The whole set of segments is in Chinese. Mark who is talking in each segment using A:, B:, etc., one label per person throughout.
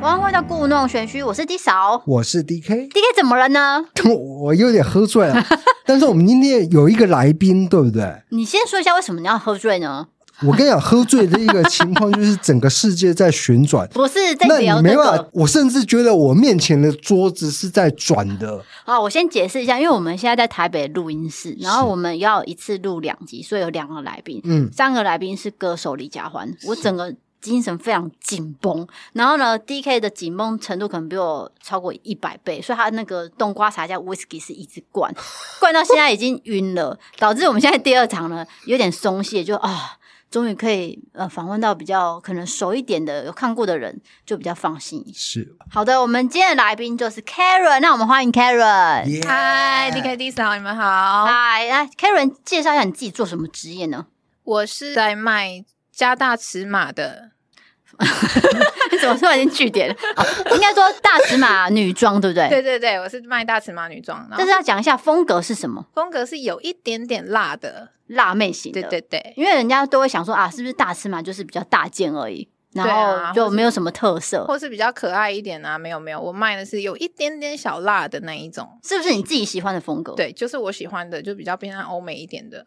A: 王回到故弄玄虚，哦我是 D 嫂
B: 我是 DK，
A: ，D K 怎么了呢？
B: 我 我有点喝 醉了。但是我们今天有一个来宾，对不对？
A: 你先说一下为什么你要喝醉呢？。
B: 我跟你讲，喝醉的一个情况就是整个世界在旋转
A: 不是 在
B: 那你
A: 聊
B: 没
A: 这
B: 办法
A: 个，
B: 我甚至觉得我面前的桌子是在转的。
A: 啊，我先解释一下，因为我们现在在台北录音室，然后
B: 是
A: 我们要一次录两集，所以有两个来宾，
B: 嗯，
A: 上个来宾是歌手李佳欢，我整个精神非常紧绷。然后呢，D K 的紧绷程度可能比我超过一百倍，所以他那个冬瓜茶加 whisky 是一直灌，灌到现在已经晕了，导致我们现在第二场呢有点松懈，就啊。终于可以呃访问到比较可能熟一点的有看过的人，就比较放心。
B: 是。
A: 好的，我们今天的来宾就是 Karen，那我们欢迎 Karen。
B: 耶
C: 嗨，D K D 嫂，你们好，
A: 嗨，来 Karen 介绍一下你自己做什么职业呢？
C: 我是在卖加大尺码的，
A: 怎么突然间据点了？哦应该说大尺码女装，对不对？
C: 对对对，我是卖大尺码女装，然
A: 但
C: 后
A: 是要讲一下风格是什么，
C: 风格是有一点点辣的，
A: 辣妹型的。
C: 对对对，
A: 因为人家都会想说啊，是不是大尺码就是比较大件而已，然
C: 啊
A: 后就没有什么特色。
C: 或是比较可爱一点啊，没有没有，我卖的是有一点点小辣的那一种，
A: 是不是你自己喜欢的风格？，
C: 对，就是我喜欢的，就比较偏向欧美一点的，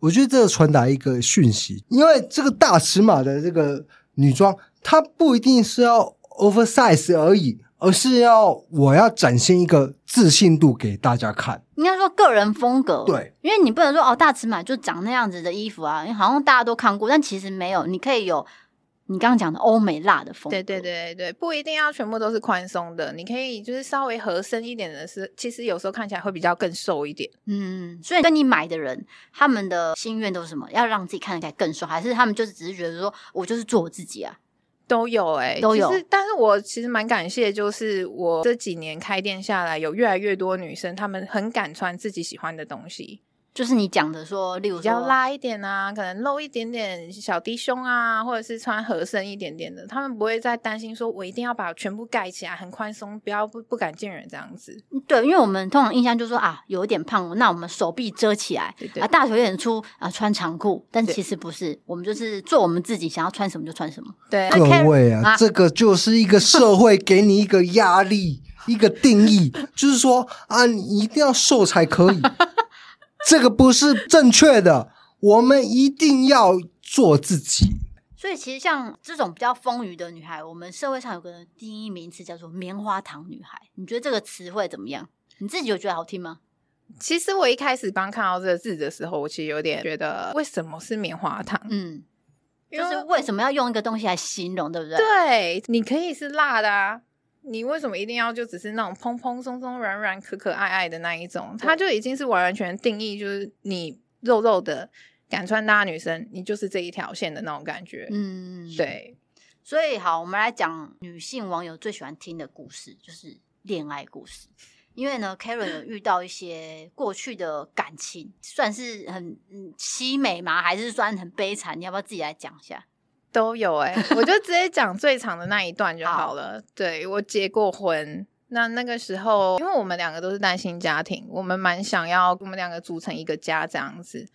B: 我觉得这个传达一个讯息，因为这个大尺码的这个女装，它不一定是要 oversize 而已，而是要我要展现一个自信度给大家看。
A: 应该说个人风格。，
B: 对，
A: 因为你不能说哦，大尺码就长那样子的衣服啊，因为好像大家都看过，但其实没有。你可以有你刚刚讲的欧美辣的风格。
C: 对对。对对对，不一定要全部都是宽松的，你可以就是稍微合身一点的是，其实有时候看起来会比较更瘦一点。
A: 嗯，所以跟你买的人，他们的心愿都是什么？要让自己看起来更瘦，还是他们就是只是觉得说我就是做我自己啊？
C: 都有哎、
A: 都有
C: 其实但是我其实蛮感谢，就是我这几年开店下来，有越来越多女生，她们很敢穿自己喜欢的东西，
A: 就是你讲的说，例如
C: 比
A: 说
C: 较拉一点啊，可能露一点点小低胸啊，或者是穿合身一点点的，她们不会再担心说我一定要把全部盖起来，很宽松，不要不不敢见人这样子。
A: 对，因为我们通常印象就是说啊，有一点胖，那我们手臂遮起来
C: 对对
A: 啊，大腿有点粗啊，穿长裤。但
C: 对
A: 其实不是，我们就是做我们自己，想要穿什么就穿什么。
C: 对，
A: 那 Karen-
B: 各位
A: 啊
B: 啊，这个就是一个社会给你一个 压力，一个定义，就是说啊，你一定要瘦才 可以，这个不是正确的，我们一定要做自己。
A: 所以其实像这种比较丰腴的女孩，我们社会上有个第一名词叫做“棉花糖女孩”。你觉得这个词汇怎么样？你自己有觉得好听吗？
C: 其实我一开始刚看到这个字的时候，我其实有点觉得为什么是棉花糖？
A: 嗯，
C: 因
A: 就
C: 为
A: 是为什么要用一个东西来形容，对不对？
C: 对，你可以是辣的啊，你为什么一定要就只是那种蓬蓬松松、软软、可可爱爱的那一种？它就已经是完完全全定义，就是你肉肉的、敢穿搭的女生，你就是这一条线的那种感觉。
A: 嗯，。
C: 对，
A: 所以好，我们来讲女性网友最喜欢听的故事，就是恋爱故事。因为呢，Karen 有遇到一些过去的感情，算是很嗯凄美吗？还是算很悲惨？你要不要自己来讲一下？
C: 都有哎、我就直接讲最长的那一段就好了。对我结过婚。那那个时候，因为我们两个都是单亲家庭，我们蛮想要我们两个组成一个家这样子，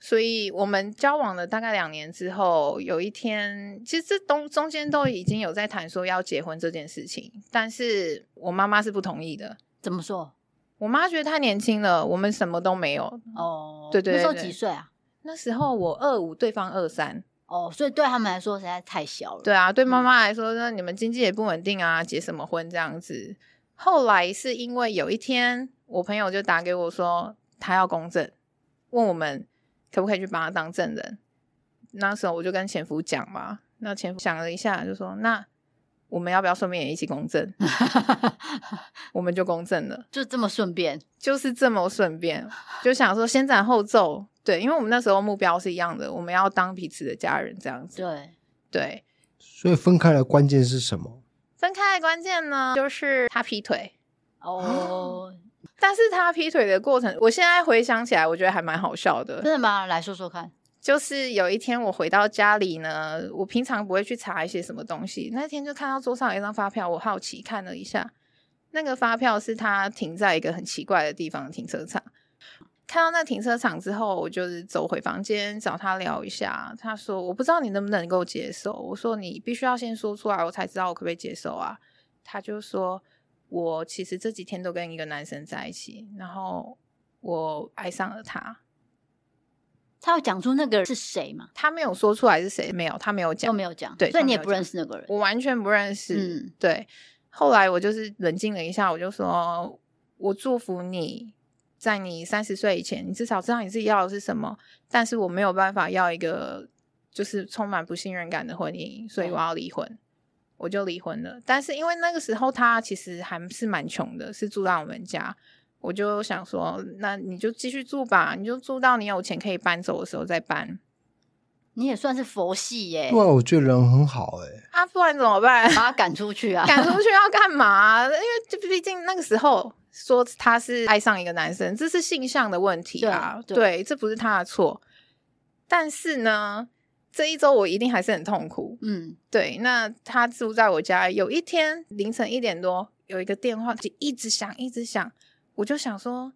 C: 所以我们交往了大概两年之后，有一天，其实这中中间都已经有在谈说要结婚这件事情，但是我妈妈是不同意的。
A: 怎么说？
C: 我妈觉得太年轻了，我们什么都没有。
A: 哦，
C: 对对
A: 那时候
C: 对
A: 几岁啊？
C: 那时候我二五，对方二三，
A: 哦，所以对他们来说实在太小了。
C: 对，啊，对妈
A: 嗯
C: 妈来说，那你们经济也不稳定啊，结什么婚这样子。后来是因为有一天，我朋友就打给我说，他要公证，问我们可不可以去把他当证人？那时候我就跟潜伏讲嘛，那潜伏想了一下，就说那我们要不要顺便也一起公证？ 我们就公证了，
A: 就这么顺便，
C: 就是这么顺便，就想说先斩后奏。对，因为我们那时候目标是一样的，我们要当彼此的家人这样子。
A: 对，
C: 对，
B: 所以分开的关键是什么？
C: 分开的关键呢，就是他劈腿。
A: 哦，
C: 但是他劈腿的过程，我现在回想起来，我觉得还蛮好笑的
A: 真。的吗？来说说看。
C: 就是有一天我回到家里呢，我平常不会去查一些什么东西，那天就看到桌上有一张发票，我好奇看了一下，那个发票是他停在一个很奇怪的地方的停车场。看到那停车场之后，我就是走回房间找他聊一下。他说：“我不知道你能不能够接受。”我说：“你必须要先说出来，我才知道我可不可以接受啊。”他就说：“我其实这几天都跟一个男生在一起，然后我爱上了他。”
A: 他有讲出那个人是谁吗？
C: 他没有说出来是谁，没有，他没有
A: 都
C: 讲，
A: 没有讲，
C: 对
A: 所以
C: 他
A: 你
C: 没
A: 也
C: 有
A: 不认识那个人。
C: 我完全不认识。
A: 嗯
C: 对。后来我就是冷静了一下，我就说，我祝福你，在你三十岁以前，你至少知道你自己要的是什么。但是我没有办法要一个就是充满不信任感的婚姻，所以
A: 哦
C: 我要离婚，我就离婚了。但是因为那个时候他其实还是蛮穷的，是住在我们家。我就想说，那你就继续住吧，你就住到你有钱可以搬走的时候再搬
A: 你也算是佛系耶、
B: 对啊，我觉得人很好哎、
C: 啊，不然怎么办？
A: 把他赶出去 啊！
C: 赶出去要干嘛？因为这毕竟那个时候说他是爱上一个男生，这是性向的问题啊，
A: 对
C: 对，
A: 对
C: 这不是他的错。但是呢，这一周我一定还是很痛苦。
A: 嗯，
C: 对，那他住在我家，有一天凌晨一点多，有一个电话就一直响，一直响，我就想说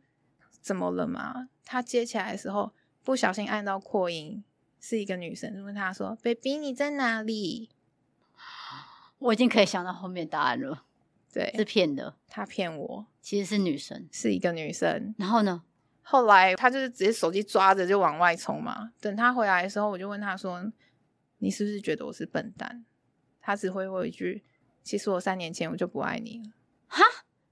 C: 怎么了嘛？他接起来的时候不小心按到扩音，是一个女生，就问他说：“baby，你在哪里
A: 我已经可以想到后面答案了，？”是
C: 对，
A: 骗的，
C: 他骗我，
A: 其实是女生。
C: 是一个女生。
A: 然后呢？
C: 后来他就是直接手机抓着就往外冲嘛。等他回来的时候，我就问他说：“你是不是觉得我是笨蛋？”他只回我一句：“其实我三年前我就不爱你了。
A: 哈，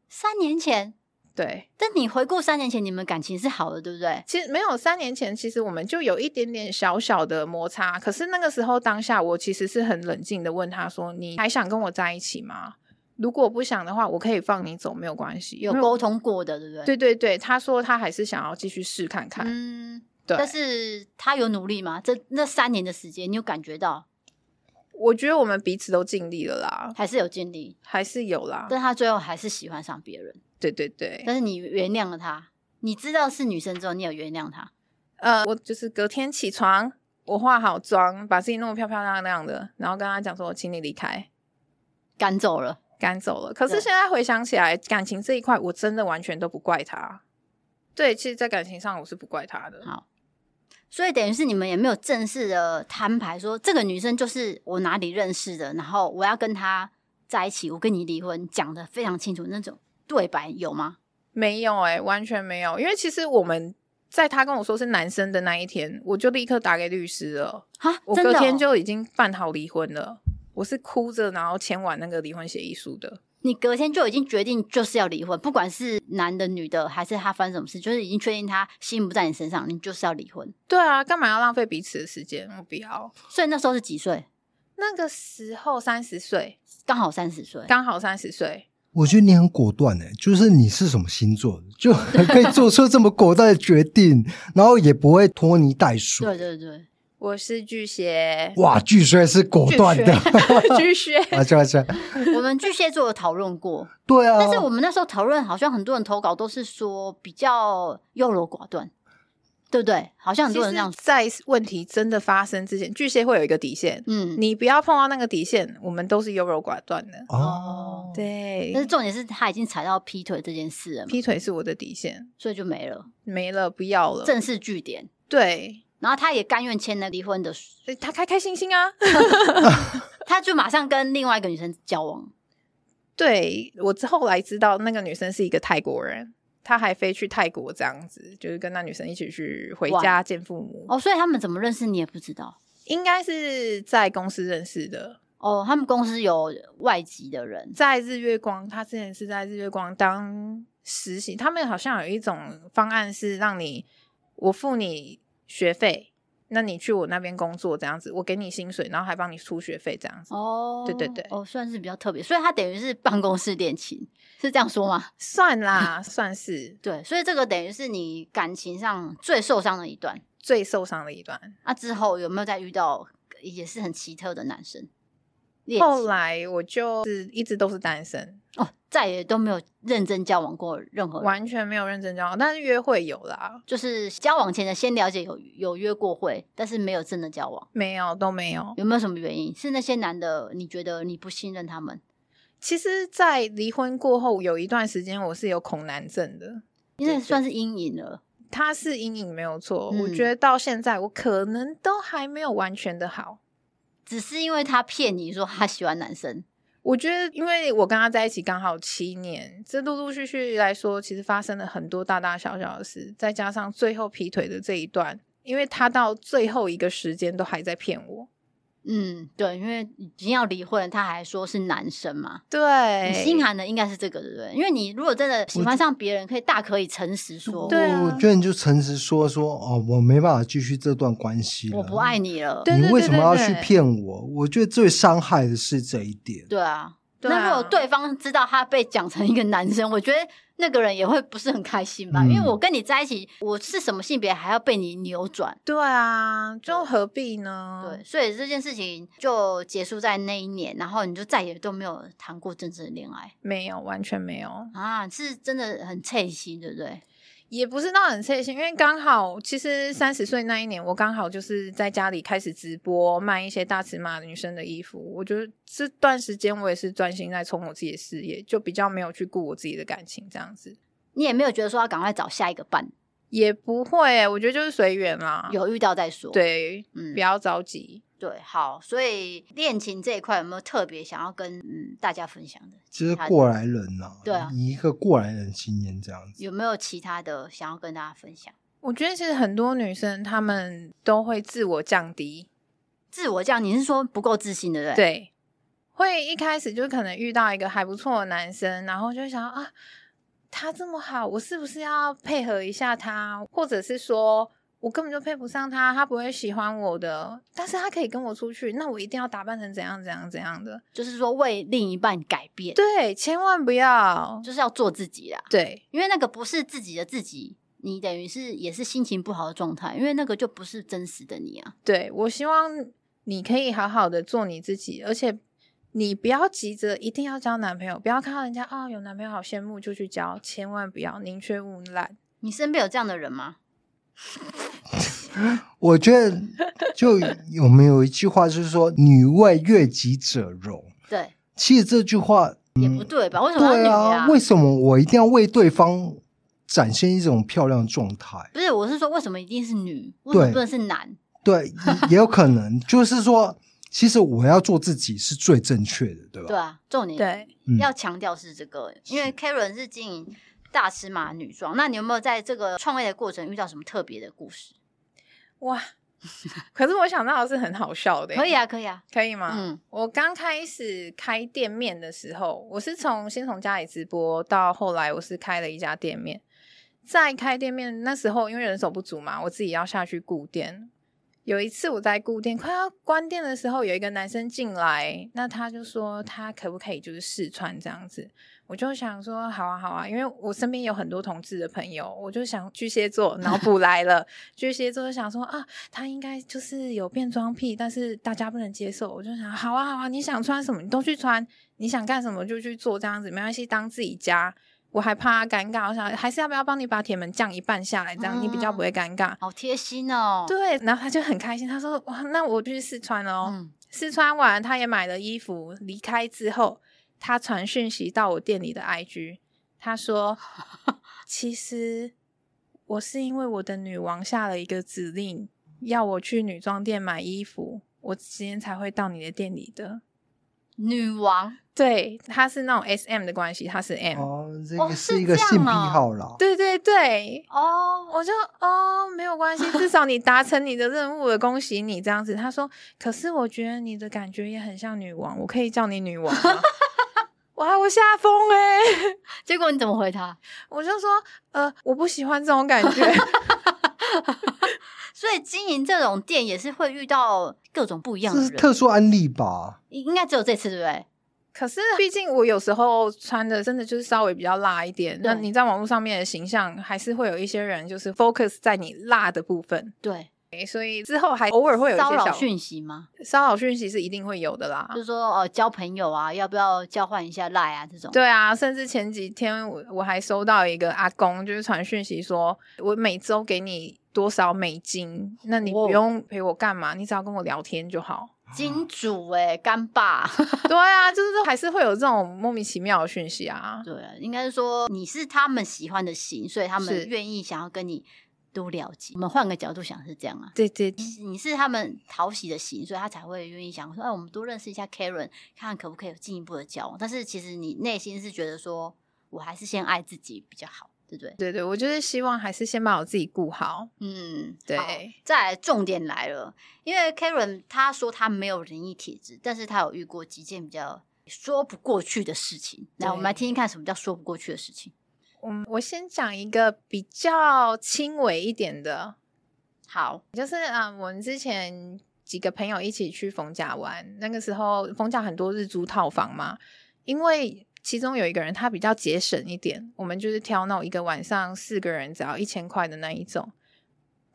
A: 三年前。”
C: 对，
A: 但你回顾三年前，你们感情是好的，对不对？
C: 其实没有三年前，其实我们就有一点点小小的摩擦。可是那个时候当下，我其实是很冷静的问他说：“你还想跟我在一起吗？如果不想的话，我可以放你走，没有关系。”
A: 有沟。通过的，对不对？
C: 嗯对对对，他说他还是想要继续试看看。
A: 嗯。
C: 对，
A: 但是他有努力吗？这那三年的时间，你有感觉到
C: 我觉得我们彼此都尽力了啦，
A: 还是有尽力？
C: 还是有啦。
A: 但他最后还是喜欢上别人。
C: 对对嗯对，
A: 但是你原谅了他，你知道是女生之后，你有原谅他。
C: 呃，我就是隔天起床，我化好妆，把自己弄得漂漂亮亮的，然后跟他讲说，请你离开，
A: 赶走了，
C: 赶走了。可是
A: 对
C: 现在回想起来，感情这一块，我真的完全都不怪他。对，其实，在感情上我是不怪他的。
A: 好，所以等于是你们也没有正式的摊牌说这个女生就是我哪里认识的，然后我要跟她在一起，我跟你离婚，讲的非常清楚那种对白有吗？
C: 没有哎、完全没有，因为其实我们在他跟我说是男生的那一天，我就立刻打给律师了，
A: 啊，
C: 我
A: 真的
C: 隔
A: 哦、
C: 天就已经办好离婚了。我是哭着，然后签完那个离婚协议书的。
A: 你隔天就已经决定就是要离婚，不管是男的女的还是他发生什么事，就是已经确定他心不在你身上，你就是要离婚。
C: 对啊，干嘛要浪费彼此的时间？我不要。
A: 所以那时候是几岁？
C: 那个时候三十岁，
A: 刚好三十岁。
C: 刚好三十岁，
B: 我觉得你很果断哎、就是你是什么星座的，就可以做出这么果断的 决定，然后也不会拖泥带水。
A: 对对对，
C: 我是巨蟹，
B: 哇，据说是果断的，
C: 巨蟹，
B: 啊，这这，
A: 我们巨蟹座有讨论过，
B: 对啊。
A: 但
C: 嗯
A: 是我们那时候讨论，好像很多人投稿都是说比较优柔寡断，对不对？好像很
C: 其
A: 多人这
C: 实
A: 样，子。
C: 在问题真的发生之前，巨蟹会有一个底线，
A: 嗯，
C: 你不要碰到那个底线，我们都是优柔寡断的。
B: 哦，
C: 对
A: 但是重点是他已经踩到劈腿这件事了嘛，
C: 劈腿是我的底线，
A: 所以就没了
C: 没了，不要了。
A: 正式据点。
C: 对，
A: 然后他也甘愿签了离婚的书，
C: 所以他开开心心啊。
A: 他就马上跟另外一个女生交往。
C: 对我后来知道那个女生是一个泰国人，她还飞去泰国这样子，就是跟那女生一起去回
A: 哇
C: 家见父母。
A: 哦，所以他们怎么认识你也不知道。
C: 应该是在公司认识的，
A: 哦，他们公司有外籍的人，
C: 在日月光，他之前是在日月光当实习，他们好像有一种方案是让你，我付你学费，那你去我那边工作这样子，我给你薪水，然后还帮你出学费这样子，
A: 哦，
C: 对对对
A: 哦，算是比较特别，所以他等于是办公室恋情，是这样说吗？
C: 算啦，算是
A: 对，所以这个等于是你感情上最受伤的一段。
C: 最受伤的一段。
A: 那、啊之后有没有再遇到也是很奇特的男生？恋
C: 后
A: 情
C: 来我就是一直都是单身，
A: 哦，再也都没有认真交往过任何人，
C: 完全没有认真交往，但是约会有啦，
A: 就是交往前的先了解有有约过会，但是没有真的交往，
C: 没有都没有。
A: 有没有什么原因？是那些男的你觉得你不信任他们？
C: 其实，在离婚过后有一段时间，我是有恐男症的，
A: 因为算是阴影了，
C: 它是阴影没有错。我
A: 嗯
C: 觉得到现在，我可能都还没有完全的好。
A: 只是因为他骗你说他喜欢男生，
C: 我觉得，因为我跟他在一起刚好七年，这陆陆续续来说，其实发生了很多大大小小的事，再加上最后劈腿的这一段，因为他到最后一个时间都还在骗我。
A: 嗯，对，因为已经要离婚了，他还说是男生嘛，
C: 对，
A: 你心寒的应该是这个，对不对？因为你如果真的喜欢上别人，可以大可以诚实说，
C: 对啊
B: 哦我觉得你就诚实说说哦，我没办法继续这段关系了
A: 我不爱你了，
C: 对
B: 你为什么要
C: 对
B: 去
C: 对
B: 骗我？我觉得最伤害的是这一点。
A: 对啊。
C: 对啊
A: 那如果对方知道他被讲成一个男生，我觉得那个人也会不是很开心吧？
B: 嗯
A: 因为我跟你在一起，我是什么性别还要被你扭转？
C: 对啊，就何必呢？
A: 对，所以这件事情就结束在那一年，然后你就再也都没有谈过真正的恋爱
C: 没有，完全没有，
A: 啊，是真的很脆心，对不对？
C: 也不是到很切心，因为刚好其实三十岁那一年，我刚好就是在家里开始直播卖一些大尺码女生的衣服。我觉得这段时间我也是专心在冲我自己的事业，就比较没有去顾我自己的感情这样子。
A: 你也没有觉得说要赶快找下一个伴，
C: 也不会欸、我觉得就是随缘啦。
A: 有遇到再说。，
C: 啊对，
A: 嗯
C: 不，要着急。
A: 对，好，所以恋情这一块有没有特别想要跟嗯大家分享的？
B: 其实
A: 他的
B: 过来人呐、
A: 对啊
B: 以一个过来人经验这样子，
A: 有没有其他的想要跟大家分享？
C: 我觉得其实很多女生她们都会自我降低，
A: 自我这样，你是说不够自信，对不对？，
C: 对，会一开始就可能遇到一个还不错的男生，然后就想啊，他这么好，我是不是要配合一下他？或者是说我根本就配不上他，他不会喜欢我的，但是他可以跟我出去，那我一定要打扮成怎样怎样怎样的。
A: 就是说为另一半改变，
C: 对，千万不要。
A: 就是要做自己啦，
C: 对
A: 因为那个不是自己的自己，你等于是也是心情不好的状态，因为那个就不是真实的你啊。
C: 对，我希望你可以好好的做你自己，而且你不要急着一定要交男朋友，不要看到人家哦有男朋友好羡慕就去交，千万不要宁缺毋滥。
A: 你身边有这样的人吗？
B: 我觉得就有没有一句话就是说“女为悦己者容
A: 对，”，
B: 其实这 句话，
A: 也不对吧？为什么要
B: 嗯对
A: 女
B: 啊，为什么我一定要为对方展现一种漂亮的状态？
A: 不是，我是说为什么一定是女？为什么
B: 对
A: 不能是男？
B: 对，也也有可能 就是说，其实我要做自己是最正确的，对吧？
A: 对啊，重点
C: 对，
B: 嗯
A: 要强调是这个，因为 Karen 是经营大尺码女装，那你有没有在这个创业的过程遇到什么特别的故事？
C: 哇！可是我想到的是很好笑的，欸
A: 可以，啊，可以啊，
C: 可以吗？
A: 嗯，
C: 我刚开始开店面的时候，我是从先从家里直播，到后来我是开了一家店面。在开店面那时候，因为人手不足嘛，我自己要下去顾店。有一次我在顾店，快要关店的时候，有一个男生进来，那他就说他可不可以就是试穿这样子。我就想说好啊好啊，因为我身边有很多同志的朋友，我就想巨蟹座脑补来了， 巨蟹座就想说啊，他应该就是有变装癖，但是大家不能接受。我就想，好啊好啊，你想穿什么你都去穿，你想干什么就去做，这样子没关系，当自己家。我还怕他尴尬，我想还是要不要帮你把铁门降一半下来，这样、你比较不会尴尬。
A: 好贴心哦。，
C: 对，然后他就很开心，他说哇，那我就去试穿了哦。
A: 嗯，
C: 试穿完，他也买了衣服。离开之后，他传讯息到我店里的 IG，他说：“其实我是因为我的女王下了一个指令，要我去女装店买衣服，我今天才会到你的店里的。
A: 女王，”
C: 对，他是那种 S M 的关系，他是 M。
B: 哦，这
A: 哦
B: 个
A: 是
B: 是一个
A: 这样
B: 性癖
A: 哦
B: 好啦。
C: 对对对，
A: 哦，
C: 我就哦，没有关系，至少你达成你的任务了，恭喜你这样子。他说，可是我觉得你的感觉也很像女王，我可以叫你女王吗？ 哇，我吓疯哎！
A: 结果你怎么回他？
C: 我就说，呃，我不喜欢这种感觉。
A: 所以经营这种店也是会遇到各种不一样
B: 这
A: 的
B: 是
A: 人，
B: 特殊案例吧？
A: 应该只有这次对不对？
C: 可是，毕竟我有时候穿的真的就是稍微比较辣一点。那
A: 对
C: 你在网络上面的形象，还是会有一些人就是 focus 在你辣的部分，
A: 对，
C: 所以之后还偶尔会有一
A: 骚
C: 些
A: 扰
C: 小
A: 讯息吗？
C: 骚扰讯息是一定会有的啦
A: 就。是说哦，交朋友啊，要不要交换一下赖啊这种？
C: 对啊，甚至前几天我我还收到一个阿公，就是传讯息说，我每周给你多少美金，那你
A: 哇
C: 不用陪我干嘛，你只要跟我聊天就好。
A: 金主哎、干爸，
C: 对啊，就是还是会有这种莫名其妙的讯息啊。
A: 对，应该是说你是他们喜欢的型，所以他
C: 是
A: 们愿意想要跟你多了解。我们换个角度想是这样啊，
C: 对对
A: 你是他们讨喜的型，所以他才会愿意想说，哎，我们多认识一下 Karen，看看可不可以有进一步的交往。但是其实你内心是觉得说，我还是先爱自己比较好，对不对？
C: 对对，我就是希望还是先把我自己顾好。
A: 嗯，
C: 对
A: 好再来，重点来了，因为 Karen 她说她没有仁义体质，但是她有遇过几件比较说不过去的事情。来，我们来
C: 对
A: 听听看什么叫说不过去的事情。
C: 嗯，我先讲一个比较轻微一点的，
A: 好，
C: 就是啊、嗯我们之前几个朋友一起去逢甲玩，那个时候逢甲很多日租套房嘛，因为其中有一个人他比较节省一点，我们就是挑那种一个晚上四个人只要一千块的那一种。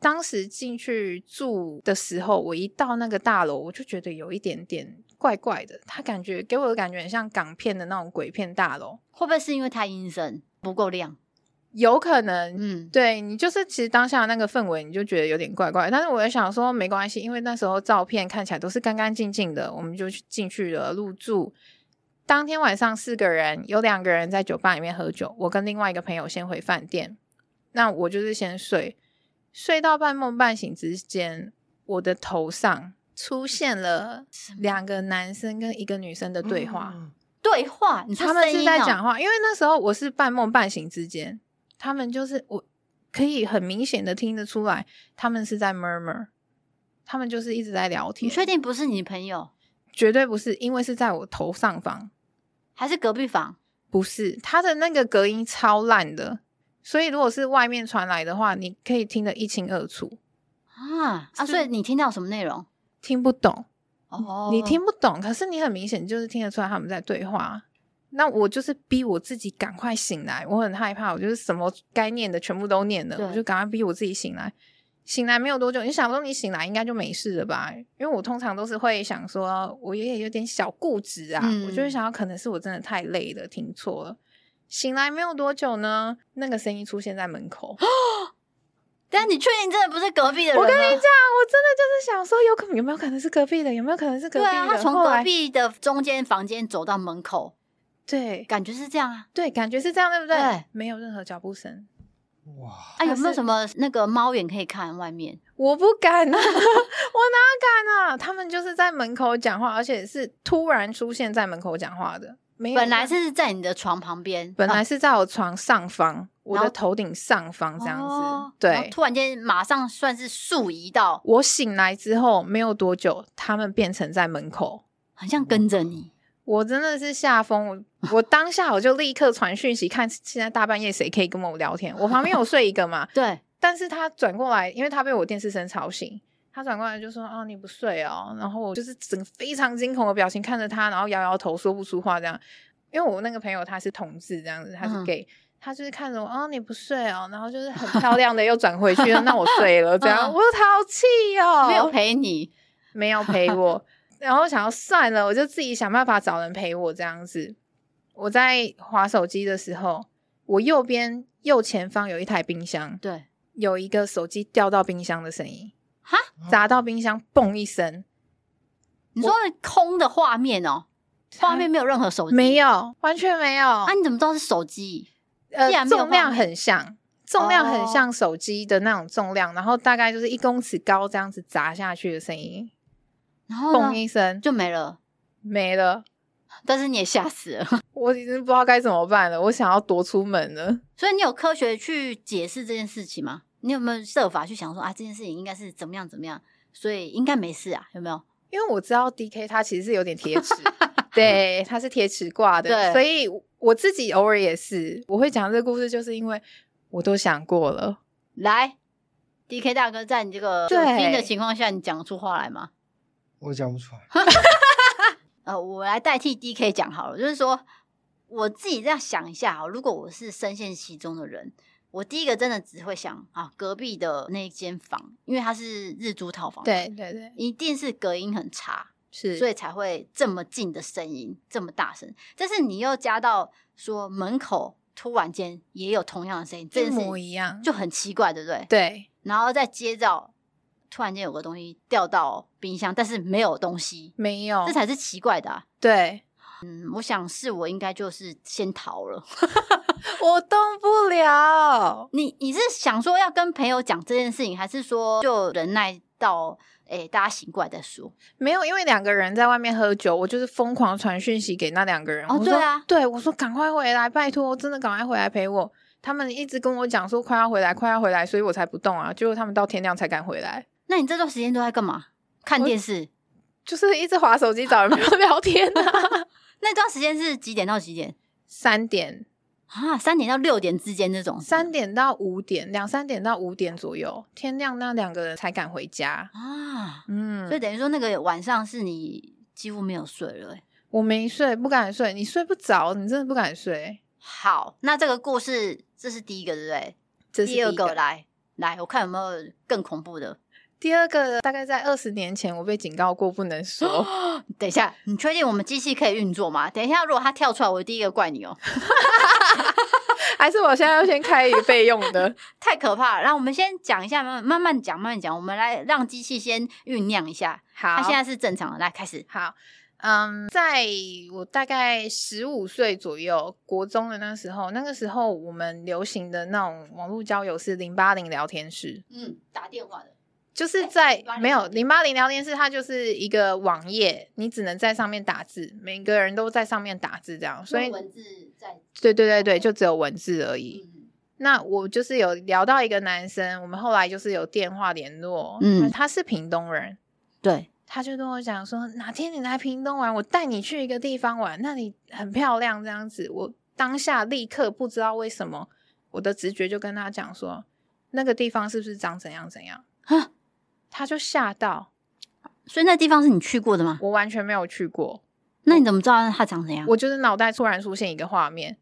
C: 当时进去住的时候，我一到那个大楼，我就觉得有一点点怪怪的，他感觉给我的感觉很像港片的那种鬼片大楼，
A: 会不会是因为太阴森不够亮？
C: 有可能
A: 嗯，
C: 对你就是其实当下那个氛围，你就觉得有点怪怪。但是我也想说没关系，因为那时候照片看起来都是干干净净的，我们就去进去了入住。当天晚上四个人，有两个人在酒吧里面喝酒，我跟另外一个朋友先回饭店。那我就是先睡，睡到半梦半醒之间，我的头上出现了两个男生跟一个女生的对
B: 嗯
C: 话。
A: 嗯对话，你说
C: 他们
A: 声
C: 是
A: 音
C: 在
A: 哦
C: 讲话，因为那时候我是半梦半醒之间，他们就是我可以很明显的听得出来，他们是在 murmur，他们就是一直在聊天。
A: 你确？定不是你朋友，
C: 绝对不是，因为是在我头上方，
A: 还是隔壁房？
C: 不是他的那个隔音超烂的，所以如果是外面传来的话，你可以听得一清二楚，
A: 啊啊！
C: 是
A: 所以你听到什么内容？
C: 听不懂。
A: 哦，
C: 嗯你听不懂，可是你很明显就是听得出来他们在对话。那我就是逼我自己赶快醒来，我很害怕，我就是什么该念的全部都念了，
A: 对
C: 我就赶快逼我自己醒来。醒来没有多久，你想说你醒来应该就没事了吧？因为我通常都是会想说，我也有点小固执啊，
A: 嗯
C: 我就会想要可能是我真的太累了，听错了。醒来没有多久呢，那个声音出现在门口， 啊
A: 但你确定真的不是隔壁的人？
C: 我跟你讲，，我真的就是想说，有可有没有可能是隔壁的？有没有可能是隔壁
A: 对
C: 的？
A: 啊，他从
C: 后来
A: 隔壁的中间房间走到门口，
C: 对，
A: 感觉是这样啊。
C: 对，感觉是这样，对不对？
A: 对
C: 没有任何脚步声，
B: 哇，
A: 啊，有没有
C: 是
A: 什么那个猫眼可以看外面？
C: 我不敢啊，我 哪敢啊？他们就是在门口讲话，而且是突然出现在门口讲话的，没有啊
A: 本来是在你的床旁边，
C: 本来
A: 啊
C: 是在我床上方，我
A: 然
C: 的
A: 后
C: 头顶上方这样子，
A: 哦然后
C: 对。
A: 突然间马上算是速移到，
C: 我醒来之后没有多久，他们变成在门口，
A: 很像跟着你。
C: 嗯我真的是吓疯。我我当下我就立刻传讯息，看现在大半夜谁可以跟我聊天。我旁边有睡一个嘛，
A: 对，
C: 但是他转过来，因为他被我电视声吵醒，他转过来就说：“啊，你不睡哦。”然后我就是整个非常惊恐的表情看着他，然后摇摇头，说不出话这样。因为我那个朋友他是同志这样子，他是
A: 嗯
C: gay，、他就是看着我，啊，你不睡哦，然后就是很漂亮的又转回 去，那我睡了这样，
A: 嗯
C: 我好气哦，
A: 没有陪你，
C: 没有陪 我，然后想要算了，我就自己想办法找人陪我这样子。我在划手机的时候，我右边右前方有一台冰箱，
A: 对，
C: 有一个手机掉到冰箱的声音，
A: 哈，
C: 砸到冰箱，嘣一声，
A: 你说空的画面哦，画面没有任何手机，
C: 没有，完全没有，
A: 啊？你怎么知道是手机？竟
C: 呃，
A: 然没有
C: 重量
A: 画面
C: 很像，重量很
A: 哦
C: 像手机的那种重量，然后大概就是一公尺高这样子砸下去的声音，
A: 然后
C: 嘣
A: 呢，
C: 一声
A: 就没了。
C: 没了，
A: 但是你也吓死了，
C: 我已经不知道该怎么办了，我想要躲出门了。
A: 所以你有科学去解释这件事情吗？你有没有设法去想说啊，这件事情应该是怎么样怎么样，所以应该没事啊？有没有？
C: 因为我知道 D K 他其实是有点 铁齿，对，他是铁齿挂的，
A: 对
C: 所以我自己偶尔也是，我会讲这个故事，就是因为我都想过了。
A: 来 D K 大哥在你这个
C: 对
A: 有听的情况下，你讲得出话来吗？
B: 我讲不出来。
A: 呃，我来代替 D K 讲好了，就是说我自己这样想一下啊，如果我是深陷其中的人，我第一个真的只会想啊，隔壁的那一间房，因为它是日租套房，，
C: 对对对，
A: 一定是隔音很差，
C: 是，
A: 所以才会这么近的声音，这么大声。但是你又加到说门口突然间也有同样的声音，这
C: 一
A: 件
C: 模
A: 事
C: 一样，
A: 就很奇怪，对不对？
C: 对
A: 然后再接着突然间有个东西掉到冰箱，但是没有东西，
C: 没有，
A: 这才是奇怪的、啊。
C: 对，
A: 嗯，我想是我应该就是先逃了。
C: 我动不了。
A: 你你是想说要跟朋友讲这件事情，还是说就忍耐到诶、大家醒过来再说？
C: 没有，因为两个人在外面喝酒，我就是疯狂传讯息给那两个人。
A: 哦
C: 我
A: 对
C: 说
A: 啊
C: 对我说赶快回来，拜托，真的赶快回来陪我。他们一直跟我讲说快要回来，快要回来，所以我才不动啊。结果他们到天亮才敢回来，
A: 那你这段时间都在干嘛？看电视？
C: 就是一直划手机找 人聊天啊。
A: 那段时间是几点到几点？
C: 三点，
A: 啊，三点到六点之间这种是
C: 三点到五点，两三点到五点左右，天亮那两个人才敢回家。
A: 啊，
C: 嗯，
A: 所以等于说那个晚上是你几乎没有睡了欸、
C: 我没睡，不敢睡。你睡不着，你真的不敢睡。
A: 好，那这个故事这是第一个，对不对？
C: 这是
A: 第二
C: 第一
A: 个来来，我看有没有更恐怖的。
C: 第二个大概在二十年前，我被警告过不 能说。
A: 等一下，你确定我们机器可以运作吗？等一下，如果它跳出来，我第一个怪你哦、
C: 还是我现在要先开一个备用 的？
A: 太可怕了。然后我们先讲一下，慢慢慢讲，慢慢讲，我们来让机器先酝酿一下。
C: 好
A: 它现在是正常的，来开始。
C: 好，嗯，在我大概十五岁左右，国中的那时候，那个时候我们流行的那种网络交友是零八零聊天室，
A: 嗯，打电话的。
C: 就是在
A: 080
C: 没有零八零聊天室，它就是一个网页，你只能在上面打字，每个人都在上面打字这样，所以
A: 文字在。
C: 对对对对，就只有文字而已。
A: 嗯
C: 那我就是有聊到一个男生，我们后来就是有电话联络，
A: 嗯
C: 嗯，他是屏东人，
A: 对，
C: 他就跟我讲说，哪天你来屏东玩，我带你去一个地方玩，那里很漂亮这样子。我当下立刻不知道为什么，我的直觉就跟他讲说，那个地方是不是长怎样怎样
A: 啊？
C: 他就吓到，
A: 所以那地方是你去过的吗？
C: 我完全没有去过，
A: 那你怎么知道它长怎样？
C: 我就是脑袋突然出现一个画面，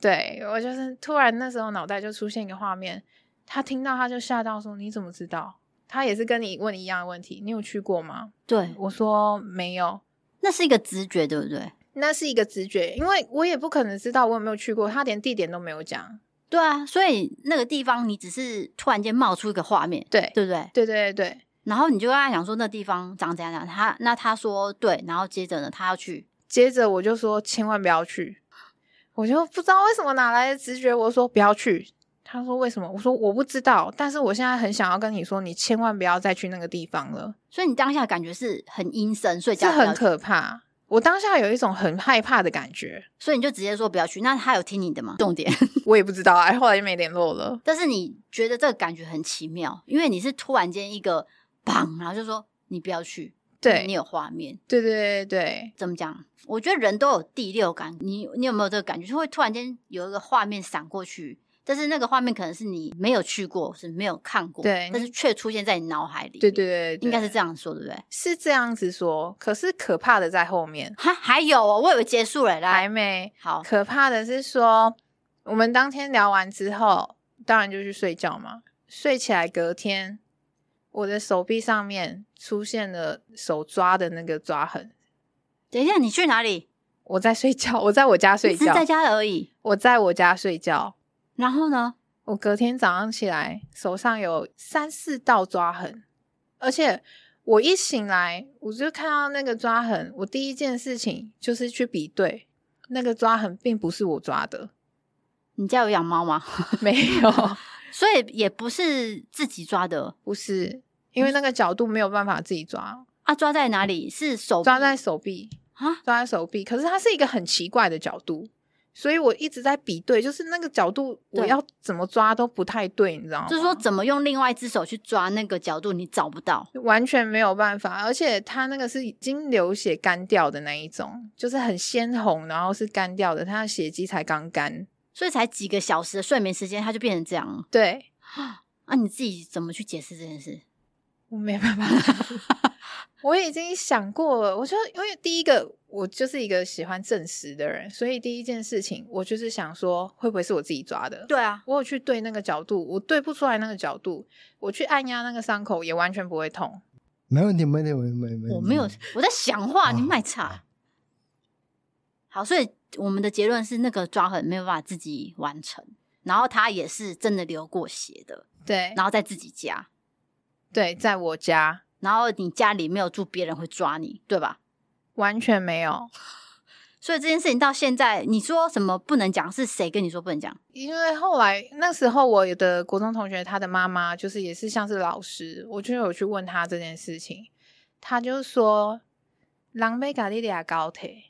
C: 对我就是突然那时候脑袋就出现一个画面，他听到他就吓到说，你怎么知道？他也是跟你问一样的问题，你有去过吗？
A: 对，
C: 我说没有。
A: 那是一个直觉，对不对？
C: 那是一个直觉，因为我也不可能知道我有没有去过，他连地点都没有讲。
A: 对啊，所以那个地方你只是突然间冒出一个画面，
C: 对，
A: 对不对？
C: 对对对对
A: 然后你就跟他讲说那地方长怎样怎样，他那他说对，然后接着呢他要去，
C: 接着我就说千万不要去，我就不知道为什么哪来的直觉，我说不要去。他说为什么？我说我不知道，但是我现在很想要跟你说，你千万不要再去那个地方了，
A: 所以你当下感觉是很阴森，所以
C: 这
A: 叫他不
C: 很
A: 要去，
C: 可怕。我当下有一种很害怕的感觉，
A: 所以你就直接说不要去。那他有听你的吗？重点，
C: 我也不知道哎、后来就没联络了。
A: 但是你觉得这个感觉很奇妙，因为你是突然间一个砰，然后就说你不要去，
C: 对
A: 你有画面，
C: 对对对对
A: 怎么讲？我觉得人都有第六感，你你有没有这个感觉？就会突然间有一个画面闪过去，但是那个画面可能是你没有去过，是没有看过，
C: 对
A: 但是却出现在你脑海里，
C: 对对对对，
A: 应该是这
C: 样，
A: 样说，对不对？
C: 是这样子说。可是可怕的在后面，
A: 哈，还有哦，我以为结束了，来，
C: 还没
A: 好，
C: 可怕的是说，我们当天聊完之后，当然就去睡觉嘛。睡起来隔天，我的手臂上面出现了手抓的那个抓痕。
A: 等一下你去哪里？
C: 我在睡觉，我在我家睡
A: 你只是
C: 觉，
A: 在家而已。
C: 我在我家睡觉。
A: 然后呢？
C: 我隔天早上起来，手上有三四道抓痕，而且我一醒来，我就看到那个抓痕，我第一件事情就是去比对，那个抓痕并不是我抓的，
A: 你家有养猫吗？
C: 没有。
A: 所以也不是自己抓的
C: 不是，因为那个角度没有办法自己抓，
A: 啊，抓在哪里？是手
C: 抓在手臂，
A: 啊？
C: 抓在手臂。可是它是一个很奇怪的角度，所以我一直在比对，就是那个角度
A: 对
C: 我要怎么抓都不太对，你知道吗？
A: 就是说怎么用另外一只手去抓那个角度，你找不到。
C: 完全没有办法，而且它那个是已经流血干掉的那一种，就是很鲜红，然后是干掉的，它的血迹才刚干。
A: 所以才几个小时的睡眠时间，它就变成这样了
C: 对，
A: 啊，你自己怎么去解释这件事？
C: 我没办法，我已经想过了。我说，因为第一个，我就是一个喜欢证实的人，所以第一件事情，我就是想说，会不会是我自己抓的？
A: 对啊，
C: 我有去对那个角度，我对不出来那个角度，我去按压那个伤口也完全不会痛。
B: 没问题，没问题，没问题没问题。
A: 我没有，我在想话，
B: 嗯啊
A: 你卖茶。好，所以我们的结论是，那个抓痕没有办法自己完成，然后他也是真的流过血的，
C: 对
A: 然后在自己家，
C: 对，在我家
A: 然后你家里没有住，别人会抓你，对吧？
C: 完全没有，
A: 所以这件事情到现在，你说什么不能讲？是谁跟你说不能讲？
C: 因为后来那时候我有的国中同学，他的妈妈就是也是像是老师，我就有去问他这件事情，他就说狼狈咖喱利亚高铁。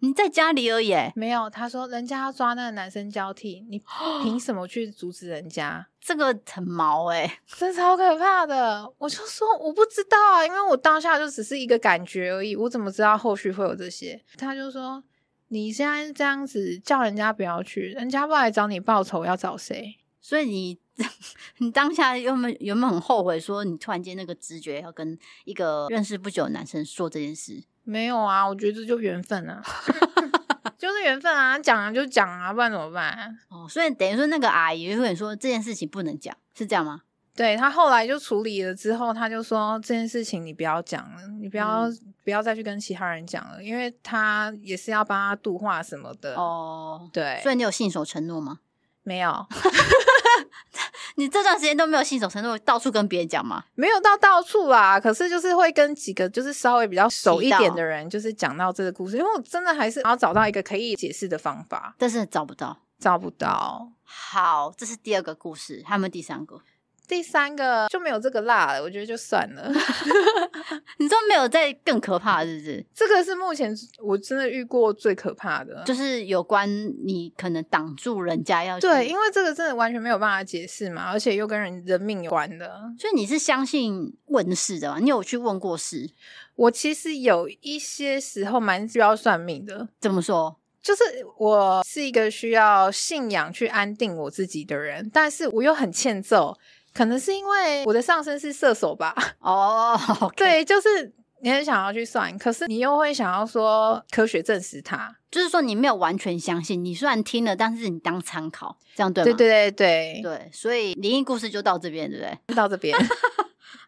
A: 你在家里而已、欸，
C: 没有，他说人家要抓那个男生交替，你凭什么去阻止人家？
A: 这个很毛哎、
C: 真超可怕的！我就说我不知道啊，因为我当下就只是一个感觉而已，我怎么知道后续会有这些？他就说你现在这样子叫人家不要去，人家不来找你报仇，要找谁？
A: 所以你 你当下有没有有没有很后悔？说你突然间那个直觉要跟一个认识不久的男生说这件事，
C: 没有啊，我觉得这就缘分 啊，就是缘分啊，讲啊就讲啊，不然怎么办、
A: 哦，所以等于说那个阿姨就跟你说这件事情不能讲，是这样吗？
C: 对他后来就处理了之后，他就说这件事情你不要讲了，你不要、
A: 嗯
C: 不要再去跟其他人讲了，因为他也是要帮他度化什么的。，
A: 哦，
C: 对，
A: 所以你有信守承诺吗？
C: 没有
A: 你这段时间都没有信守承诺，到处跟别人讲吗？
C: 没有到到处啦，可是就是会跟几个就是稍微比较熟一点的人，就是讲到这个故事，因为我真的还是想要找到一个可以解释的方法，
A: 但是找不到。
C: 找不到。
A: 好，这是第二个故事，还有没有第三个？
C: 第三个就没有这个辣了，我觉得就算了。
A: 你都没有再更可怕，是不是？
C: 这个是目前我真的遇过最可怕的，
A: 就是有关你可能挡住人家要去
C: 对，因为这个真的完全没有办法解释嘛，而且又跟人人命有关的。
A: 所以你是相信问世的嘛？你有去问过事？
C: 我其实有一些时候蛮需要算命的，
A: 怎么说？
C: 就是我是一个需要信仰去安定我自己的人，但是我又很欠揍，可能是因为我的上身是射手吧。
A: 哦、对，
C: 对，就是你很想要去算，可是你又会想要说科学证实它。
A: 就是说你没有完全相信，你虽然听了，但是你当参考，这样对吗？
C: 对对对对，
A: 对，所以灵异故事就到这边，对不对？
C: 到这边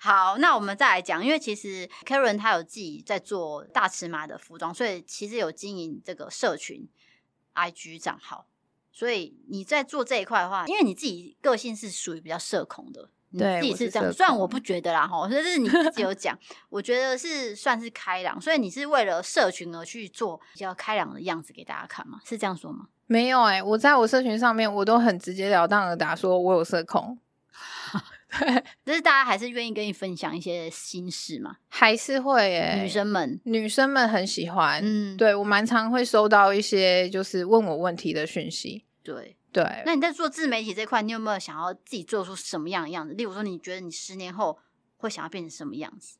A: 好，那我们再来讲，因为其实 Karen 她有自己在做大尺码的服装，所以其实有经营这个社群 IG 账号。所以你在做这一块的话，因为你自己个性是属于比较社恐的，你
C: 对
A: 自己
C: 我是
A: 这样。
C: 社
A: 虽然
C: 恐
A: 我不觉得啦，吼，所以这是你自己有讲，我觉得是算是开朗，所以你是为了社群而去做比较开朗的样子给大家看嘛？是这样说吗？
C: 没有哎、我在我社群上面我都很直截了当的打说我有社恐，
A: 但是大家还是愿意跟你分享一些心事嘛？
C: 还是会哎、
A: 女生们，
C: 女生们很喜欢，
A: 嗯，
C: 对我蛮常会收到一些就是问我问题的讯息。
A: 对，
C: 对，
A: 那你在做自媒体这块，你有没有想要自己做出什么样的样子？例如说，你觉得你十年后会想要变成什么样子？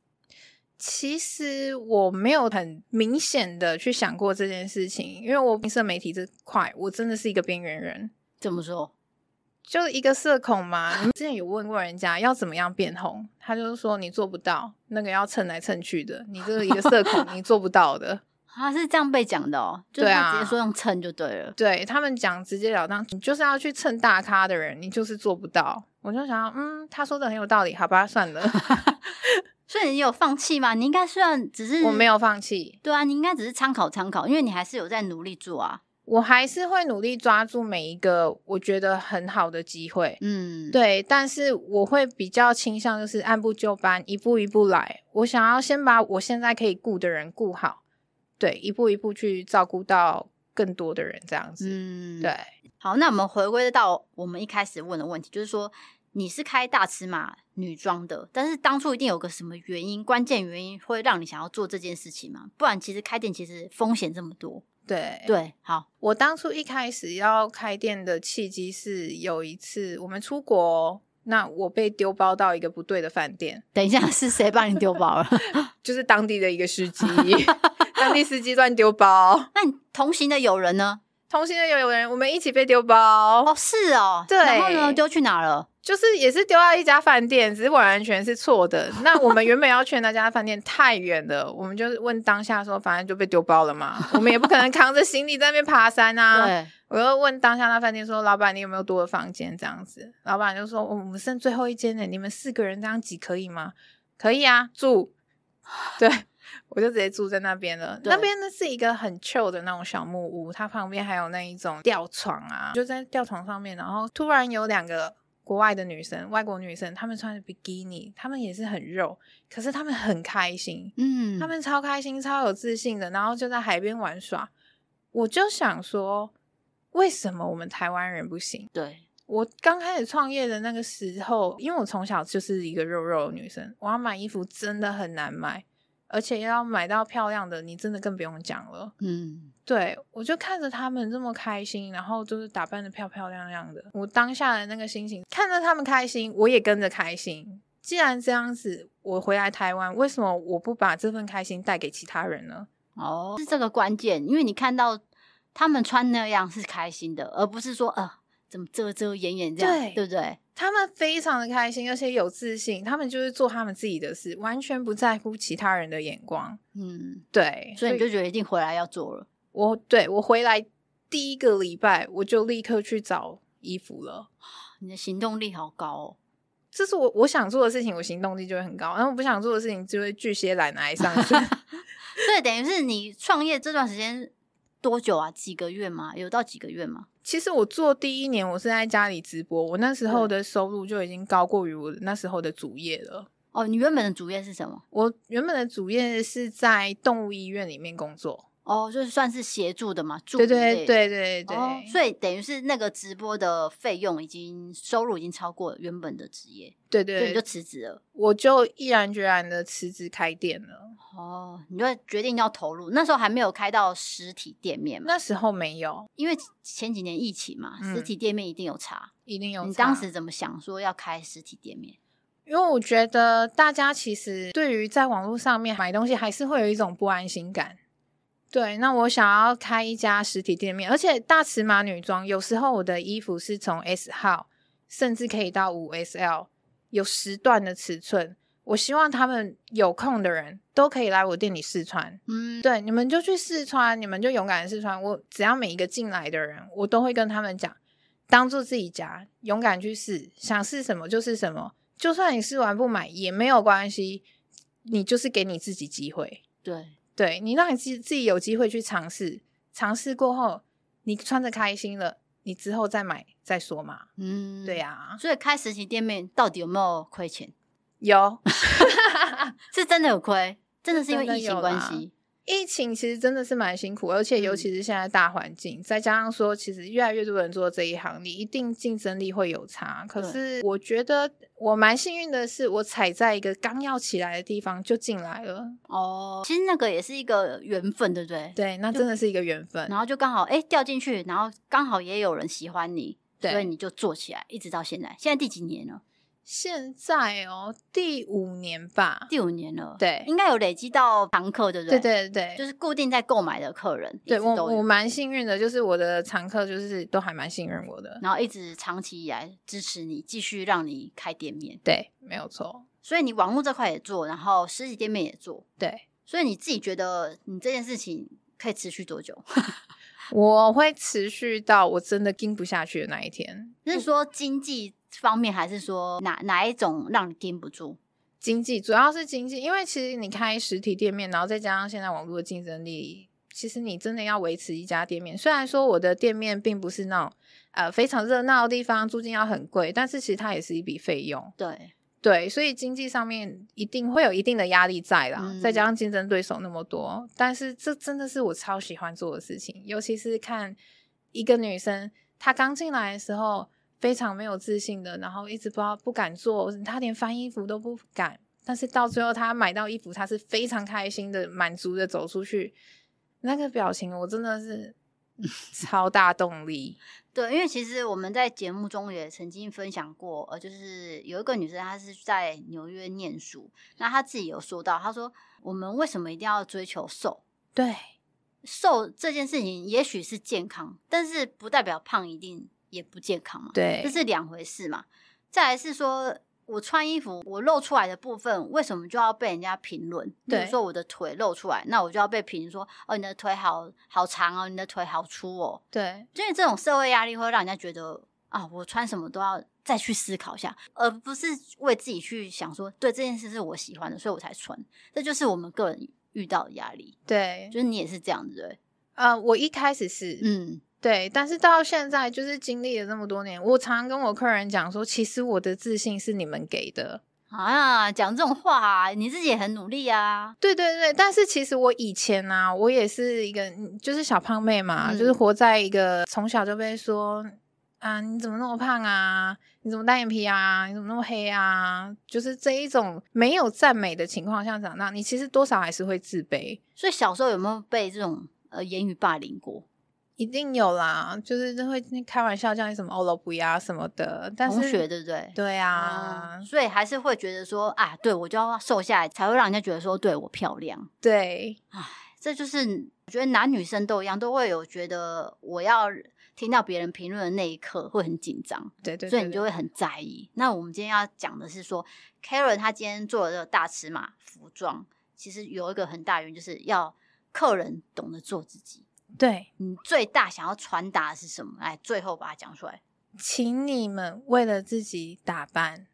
C: 其实我没有很明显的去想过这件事情，因为我平社媒体这块，我真的是一个边缘人，
A: 怎么说？
C: 就是一个社恐嘛。你们之前有问过人家要怎么样变红，他就是说你做不到，那个要蹭来蹭去的，你这个一个 社恐，你做不到的。
A: 他啊是这样被讲的哦，就是
C: 对
A: 他
C: 啊
A: 直接说用蹭就对了。
C: 对他们讲直截了当，你就是要去蹭大咖的人，你就是做不到。我就想，嗯，他说的很有道理，好吧，算了，
A: 所以你有放弃吗？你应该虽然只是
C: 我没，有放弃。
A: 对啊，你应该只是参考参考，因为你还是有在努力做啊。
C: 我还是会努力抓住每一个我觉得很好的机会。
A: 嗯，，
C: 对，但是我会比较倾向就是按部就班，一步一步来。我想要先把我现在可以顾的人顾好，对，一步一步去照顾到更多的人，这样子。
A: 嗯，
C: 对，
A: 好，那我们回归到我们一开始问的问题，就是说你是开大尺码女装的，但是当初一定有个什么原因，关键原因会让你想要做这件事情嘛？不然其实开店其实风险这么多。
C: 对，
A: 对，好，
C: 我当初一开始要开店的契机是有一次我们出国哦、那我被丢包到一个不对的饭店，
A: 等一 下是谁帮你丢包了？
C: 就是当地的一个司机，当地司机乱丢包。
A: 那你同行的友人呢？
C: 同行的有有人，我们一起被丢包，
A: 哦，是哦，
C: 对
A: 然后呢，丢去哪了？
C: 就是也是丢到一家饭店，只是完全是错的。那我们原本要去那家饭店太远了，我们就是问当下说，反正就被丢包了嘛，我们也不可能扛着行李在那边爬山 啊。
A: 对，
C: 我又问当下那饭店说：“老板，你有没有多的房间？”这样子，老板就说：“哦我们剩最后一间呢，你们四个人这样挤可以吗？”“可以啊，住。” 对，我就直接住在那边了。
A: 对
C: 那边呢是一个很 chill 的那种小木屋，它旁边还有那一种吊床啊，就在吊床上面，然后突然有两个。国外的女生，外国女生，她们穿着比基尼，她们也是很肉，可是她们很开心，
A: 嗯，
C: 他们超开心、超有自信的，然后就在海边玩耍。我就想说，为什么我们台湾人不行？
A: 对，
C: 我刚开始创业的那个时候，因为我从小就是一个肉肉的女生，我要买衣服真的很难买，而且要买到漂亮的，你真的更不用讲了。
A: 嗯，
C: 对，我就看着他们这么开心，然后就是打扮的漂漂亮亮的，我当下的那个心情，看着他们开心，我也跟着开心。既然这样子，我回来台湾，为什么我不把这份开心带给其他人呢？
A: 哦，是这个关键，因为你看到他们穿那样是开心的，而不是说呃怎么遮遮掩掩这样，
C: 对
A: 不对？
C: 他们非常的开心，而且有自信，他们就是做他们自己的事，完全不在乎其他人的眼光。
A: 嗯，
C: 对，
A: 所以你就觉得一定回来要做了，
C: 我对我回来第一个礼拜，我就立刻去找衣服了。
A: 你的行动力好高哦。
C: 这是我我想做的事情，我行动力就会很高，然后我不想做的事情就会巨蟹懒癌上身。
A: 所以等于是你创业这段时间多久啊？几个月吗？有到几个月吗？
C: 其实我做第一年，我是在家里直播，我那时候的收入就已经高过于我那时候的主业了。
A: 哦，你原本的主业是什么？
C: 我原本的主业是在动物医院里面工作，
A: 哦，就是算是协助的嘛，助
C: 对
A: 理
C: 对
A: 类的。
C: 对对对，
A: 哦，所以等于是那个直播的费用已经收入已经超过原本的职业，
C: 对
A: 所以你
C: 对
A: 就
C: 对，
A: 辞职了。
C: 我就毅然决然的辞职开店了。
A: 哦，你就决定要投入，那时候还没有开到实体店面嘛，
C: 那时候没有，
A: 因为前几年疫情嘛，
C: 嗯
A: 实体店面一定有差。
C: 一定有差。
A: 你当时怎么想说要开实体店面？
C: 因为我觉得大家其实对于在网络上面买东西还是会有一种不安心感。对，那我想要开一家实体店面，而且大尺码女装，有时候我的衣服是从 S 号，甚至可以到五 SL，有十段的尺寸。我希望他们有空的人都可以来我店里试穿。
A: 嗯，
C: 对，你们就去试穿，你们就勇敢的试穿。我只要每一个进来的人，我都会跟他们讲，当做自己家，勇敢去试，想试什么就是什么。就算你试完不买也没有关系，你就是给你自己机会。
A: 对，
C: 对你让你自己自己有机会去尝试，尝试过后你穿着开心了，你之后再买再说嘛。
A: 嗯，
C: 对、呀、
A: 所以开实体店面到底有没有亏钱？
C: 有
A: 是真的有亏，真的是因为
C: 真的
A: 疫情
C: 有
A: 关
C: 啦
A: 系。
C: 疫情其实真的是蛮辛苦，而且尤其
A: 嗯
C: 是现在大环境，再加上说，其实越来越多人做这一行，你一定竞争力会有差。可是我觉得我蛮幸运的是，我踩在一个刚要起来的地方就进来了。
A: 哦，其实那个也是一个缘分，对不对？
C: 对，那真的是一个缘分
A: 然。后就刚好哎掉进去，然后刚好也有人喜欢你，所以
C: 对，
A: 你就做起来，一直到现在。现在第几年了？
C: 现在哦，第五年吧。
A: 第五年了。
C: 对
A: 应该有累积到常客，对不
C: 对
A: 对
C: 对对
A: 就
C: 对，
A: 是固定在购买的客人，一
C: 对
A: 直
C: 我
A: 都
C: 我
A: 有
C: 蛮幸运的，就是我的常客就是都还蛮信任我的。
A: 然后一直长期以来支持你，继续让你开店面。
C: 对，没有错。
A: 所以你网络这块也做，然后实体店面也做，
C: 对，
A: 所以你自己觉得你这件事情可以持续多久？
C: 我会持续到我真的盯不下去的那一天。
A: 是说经济方面，还是说哪哪一种让你盯不住？
C: 经济，主要是经济，因为其实你开实体店面，然后再加上现在网络的竞争力，其实你真的要维持一家店面。虽然说我的店面并不是那种呃非常热闹的地方，租金要很贵，但是其实它也是一笔费用。
A: 对，
C: 对，所以经济上面一定会有一定的压力在啦，
A: 嗯
C: 再加上竞争对手那么多，但是这真的是我超喜欢做的事情，尤其是看一个女生她刚进来的时候非常没有自信的，然后一直不知道不敢做，她连翻衣服都不敢，但是到最后她买到衣服，她是非常开心的、满足的走出去，那个表情我真的是 超大动力，
A: 对，因为其实我们在节目中也曾经分享过，呃，就是有一个女生，她是在纽约念书，那她自己有说到，她说我们为什么一定要追求瘦？
C: 对
A: 瘦这件事情也许是健康，但是不代表胖一定也不健康嘛，这
C: 对，
A: 是两回事嘛。再来是说我穿衣服，我露出来的部分为什么就要被人家评论？比
C: 对
A: 如说我的腿露出来，那我就要被评说哦，你的腿好好长哦，你的腿好粗哦。
C: 对，
A: 因为这种社会压力会让人家觉得啊，我穿什么都要再去思考一下，而不是为自己去想说，对这件事是我喜欢的，所以我才穿。这就是我们个人遇到的压力，
C: 对
A: 就，是你也是这样子对不对？
C: 呃，我一开始是，
A: 嗯，
C: 对，但是到现在就是经历了这么多年，我常常跟我客人讲说，其实我的自信是你们给的。
A: 啊，讲这种话、啊，你自己也很努力啊，
C: 对对对，但是其实我以前啊，我也是一个嗯就是小胖妹嘛，
A: 嗯
C: 就是活在一个从小就被说啊，你怎么那么胖啊，你怎么单眼皮啊，你怎么那么黑啊，就是这一种没有赞美的情况下长大，你其实多少还是会自卑。
A: 所以小时候有没有被这种呃言语霸凌过？
C: 一定有啦，就是会开玩笑叫你什么哦欧罗布呀什么的，但是
A: 同学对不对？
C: 对啊，
A: 啊，所以还是会觉得说啊，对我就要瘦下来，才会让人家觉得说对我漂亮。
C: 对
A: 这就是我觉得男女生都一样，都会有觉得我要听到别人评论的那一刻会很紧张，
C: 对对，
A: 所以
C: 对
A: 你就会很在意。那我们今天要讲的是说，Karen 她今天做的这个大尺码服装，其实有一个很大原因，就是要客人懂得做自己。
C: 对，
A: 你最大想要传达的是什么？来，最后把它讲出来。
C: 请你们为了自己打 扮，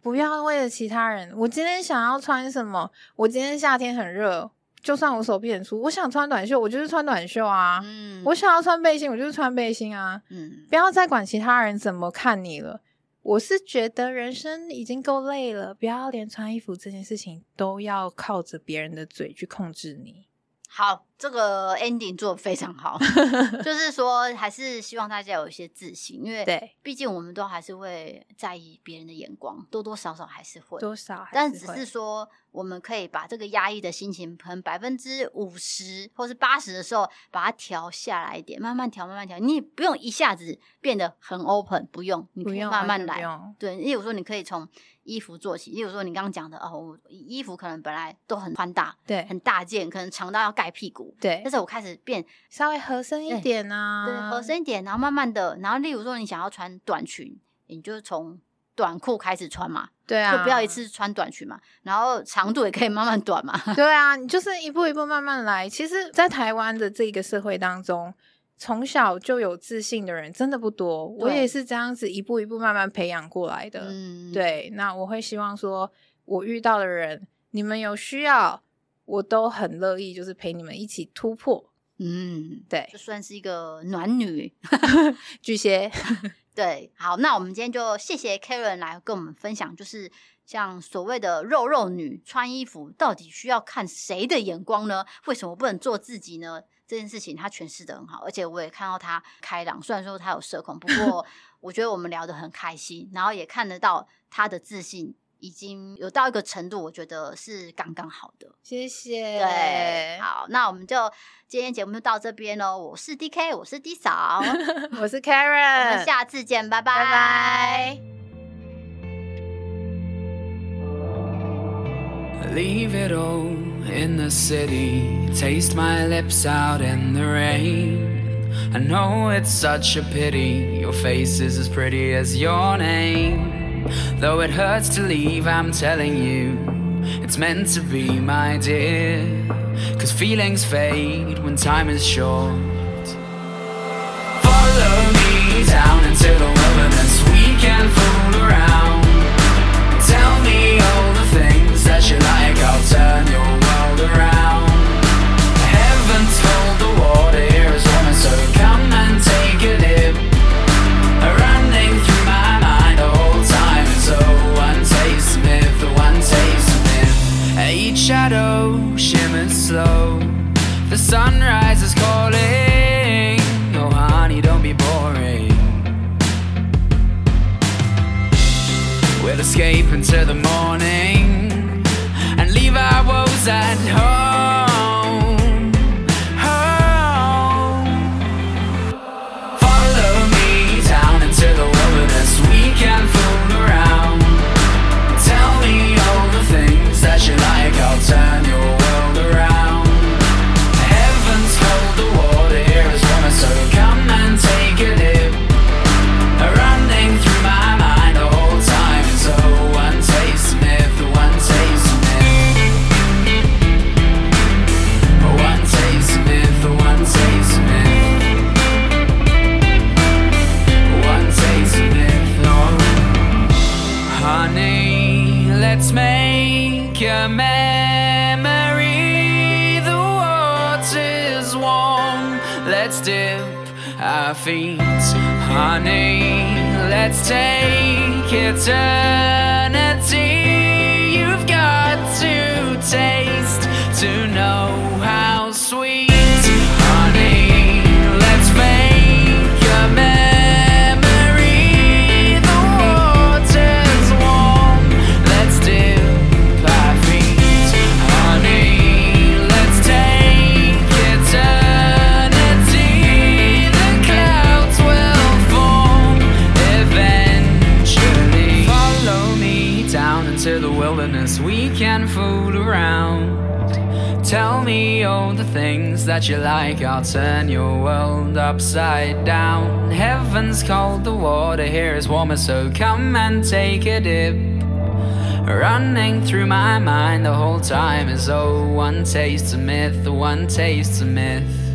C: 不要为了其他人。我今天想要穿什么？我今天夏天很热，就算我手臂很粗，我想穿短袖，我就是穿短袖啊。
A: 嗯
C: 我想要穿背心，我就是穿背心啊。
A: 嗯，
C: 不要再管其他人怎么看你了。我是觉得人生已经够累了，不要连穿衣服这件事情都要靠着别人的嘴去控制你。
A: 好，这个 ending 做的非常 好，就是说还是希望大家有一些自信，因为
C: 对，
A: 毕竟我们都还是会在意别人的眼光，多多少少还是会。
C: 多少还
A: 但只
C: 会
A: 是说，我们可以把这个压抑的心情，可能百分之五十或是八十的时候，把它调下来一点，慢慢调，慢慢调。你也不用一下子变得很 open，不用，你可
C: 不
A: 以
C: 用
A: 慢慢
C: 完全不
A: 来。
C: 用
A: 对，例如说，你可以从衣服做起。例如说，你刚刚讲的哦，我衣服可能本来都很宽大、
C: 对
A: 很大件，可能长到要盖屁股，
C: 对
A: 但，是我开始变
C: 稍微合身一点啊，
A: 对，合身一点，然后慢慢的，然后例如说你想要穿短裙，你就从短裤开始穿嘛，
C: 对啊，
A: 就不要一。次穿短裙嘛，然后长度也可以慢慢短嘛。
C: 对啊，你就是一步一步慢慢来。其实，在台湾的这个社会当中，从小就有自信的人真的不多。我
A: 对
C: 也是这样子一步一步慢慢培养过来的。
A: 嗯，，
C: 对，那我会希望说，我遇到的人，你们有需要，我都很乐意，就是陪你们一起突破。
A: 嗯，
C: 对
A: 就，算是一个暖女。
C: 巨蟹，
A: 对，好，那我们今天就谢谢 Karen 来跟我们分享，就是像所谓的肉肉女穿衣服到底需要看谁的眼光呢？为什么不能做自己呢？这件事情她诠释的很好，而且我也看到她开朗，虽然说她有社恐，不 过我觉得我们聊得很开心，然后也看得到她的自信已经有到一个程度，我觉得是刚刚好的。
C: 谢谢。
A: 对，好，那我们就今天节目就到这边喽。我是 DK，我是 D 嫂，我
C: 我是
A: 们
C: Karen，
A: 下次见，拜
C: 拜拜。
D: Leave it all in the city. Taste my lips out in the rain. I know it's such a pity. Your face is as pretty as your name. Though it hurts to leave, I'm telling you, it's meant to be, my dear. Cause feelings fade when time is short. Follow me down into the wilderness. We can fool around. Tell me all the things that you like, I'll turn your world around. Heaven told the water here is warming, so come and take a dip. Running through my mind the whole time is a one taste myth, the one taste myth. Each shadow shimmers slow, the sunrise is calling. Oh, honey, don't be boring. We'll escape into the morning and leave our woes at home. Home. Follow me down into the wilderness. We can fool around. Tell me all the things that you like. I'll turn your world around. Every a memory. The water's warm. Let's dip our feet, honey. Let's take eternity. You've got to taste to know how sweet. honey. Let's make a memory. The water's warm. Let's dip our feet, honey. Let's take eternity. The clouds will form eventually. Follow me down into the wilderness. We can fool around. Tell me all the things that you like, I'll turn your world upside down. Heaven's cold, the water here is warmer, so come and take a dip. Running through my mind the whole time is oh, one taste a myth, one taste a myth.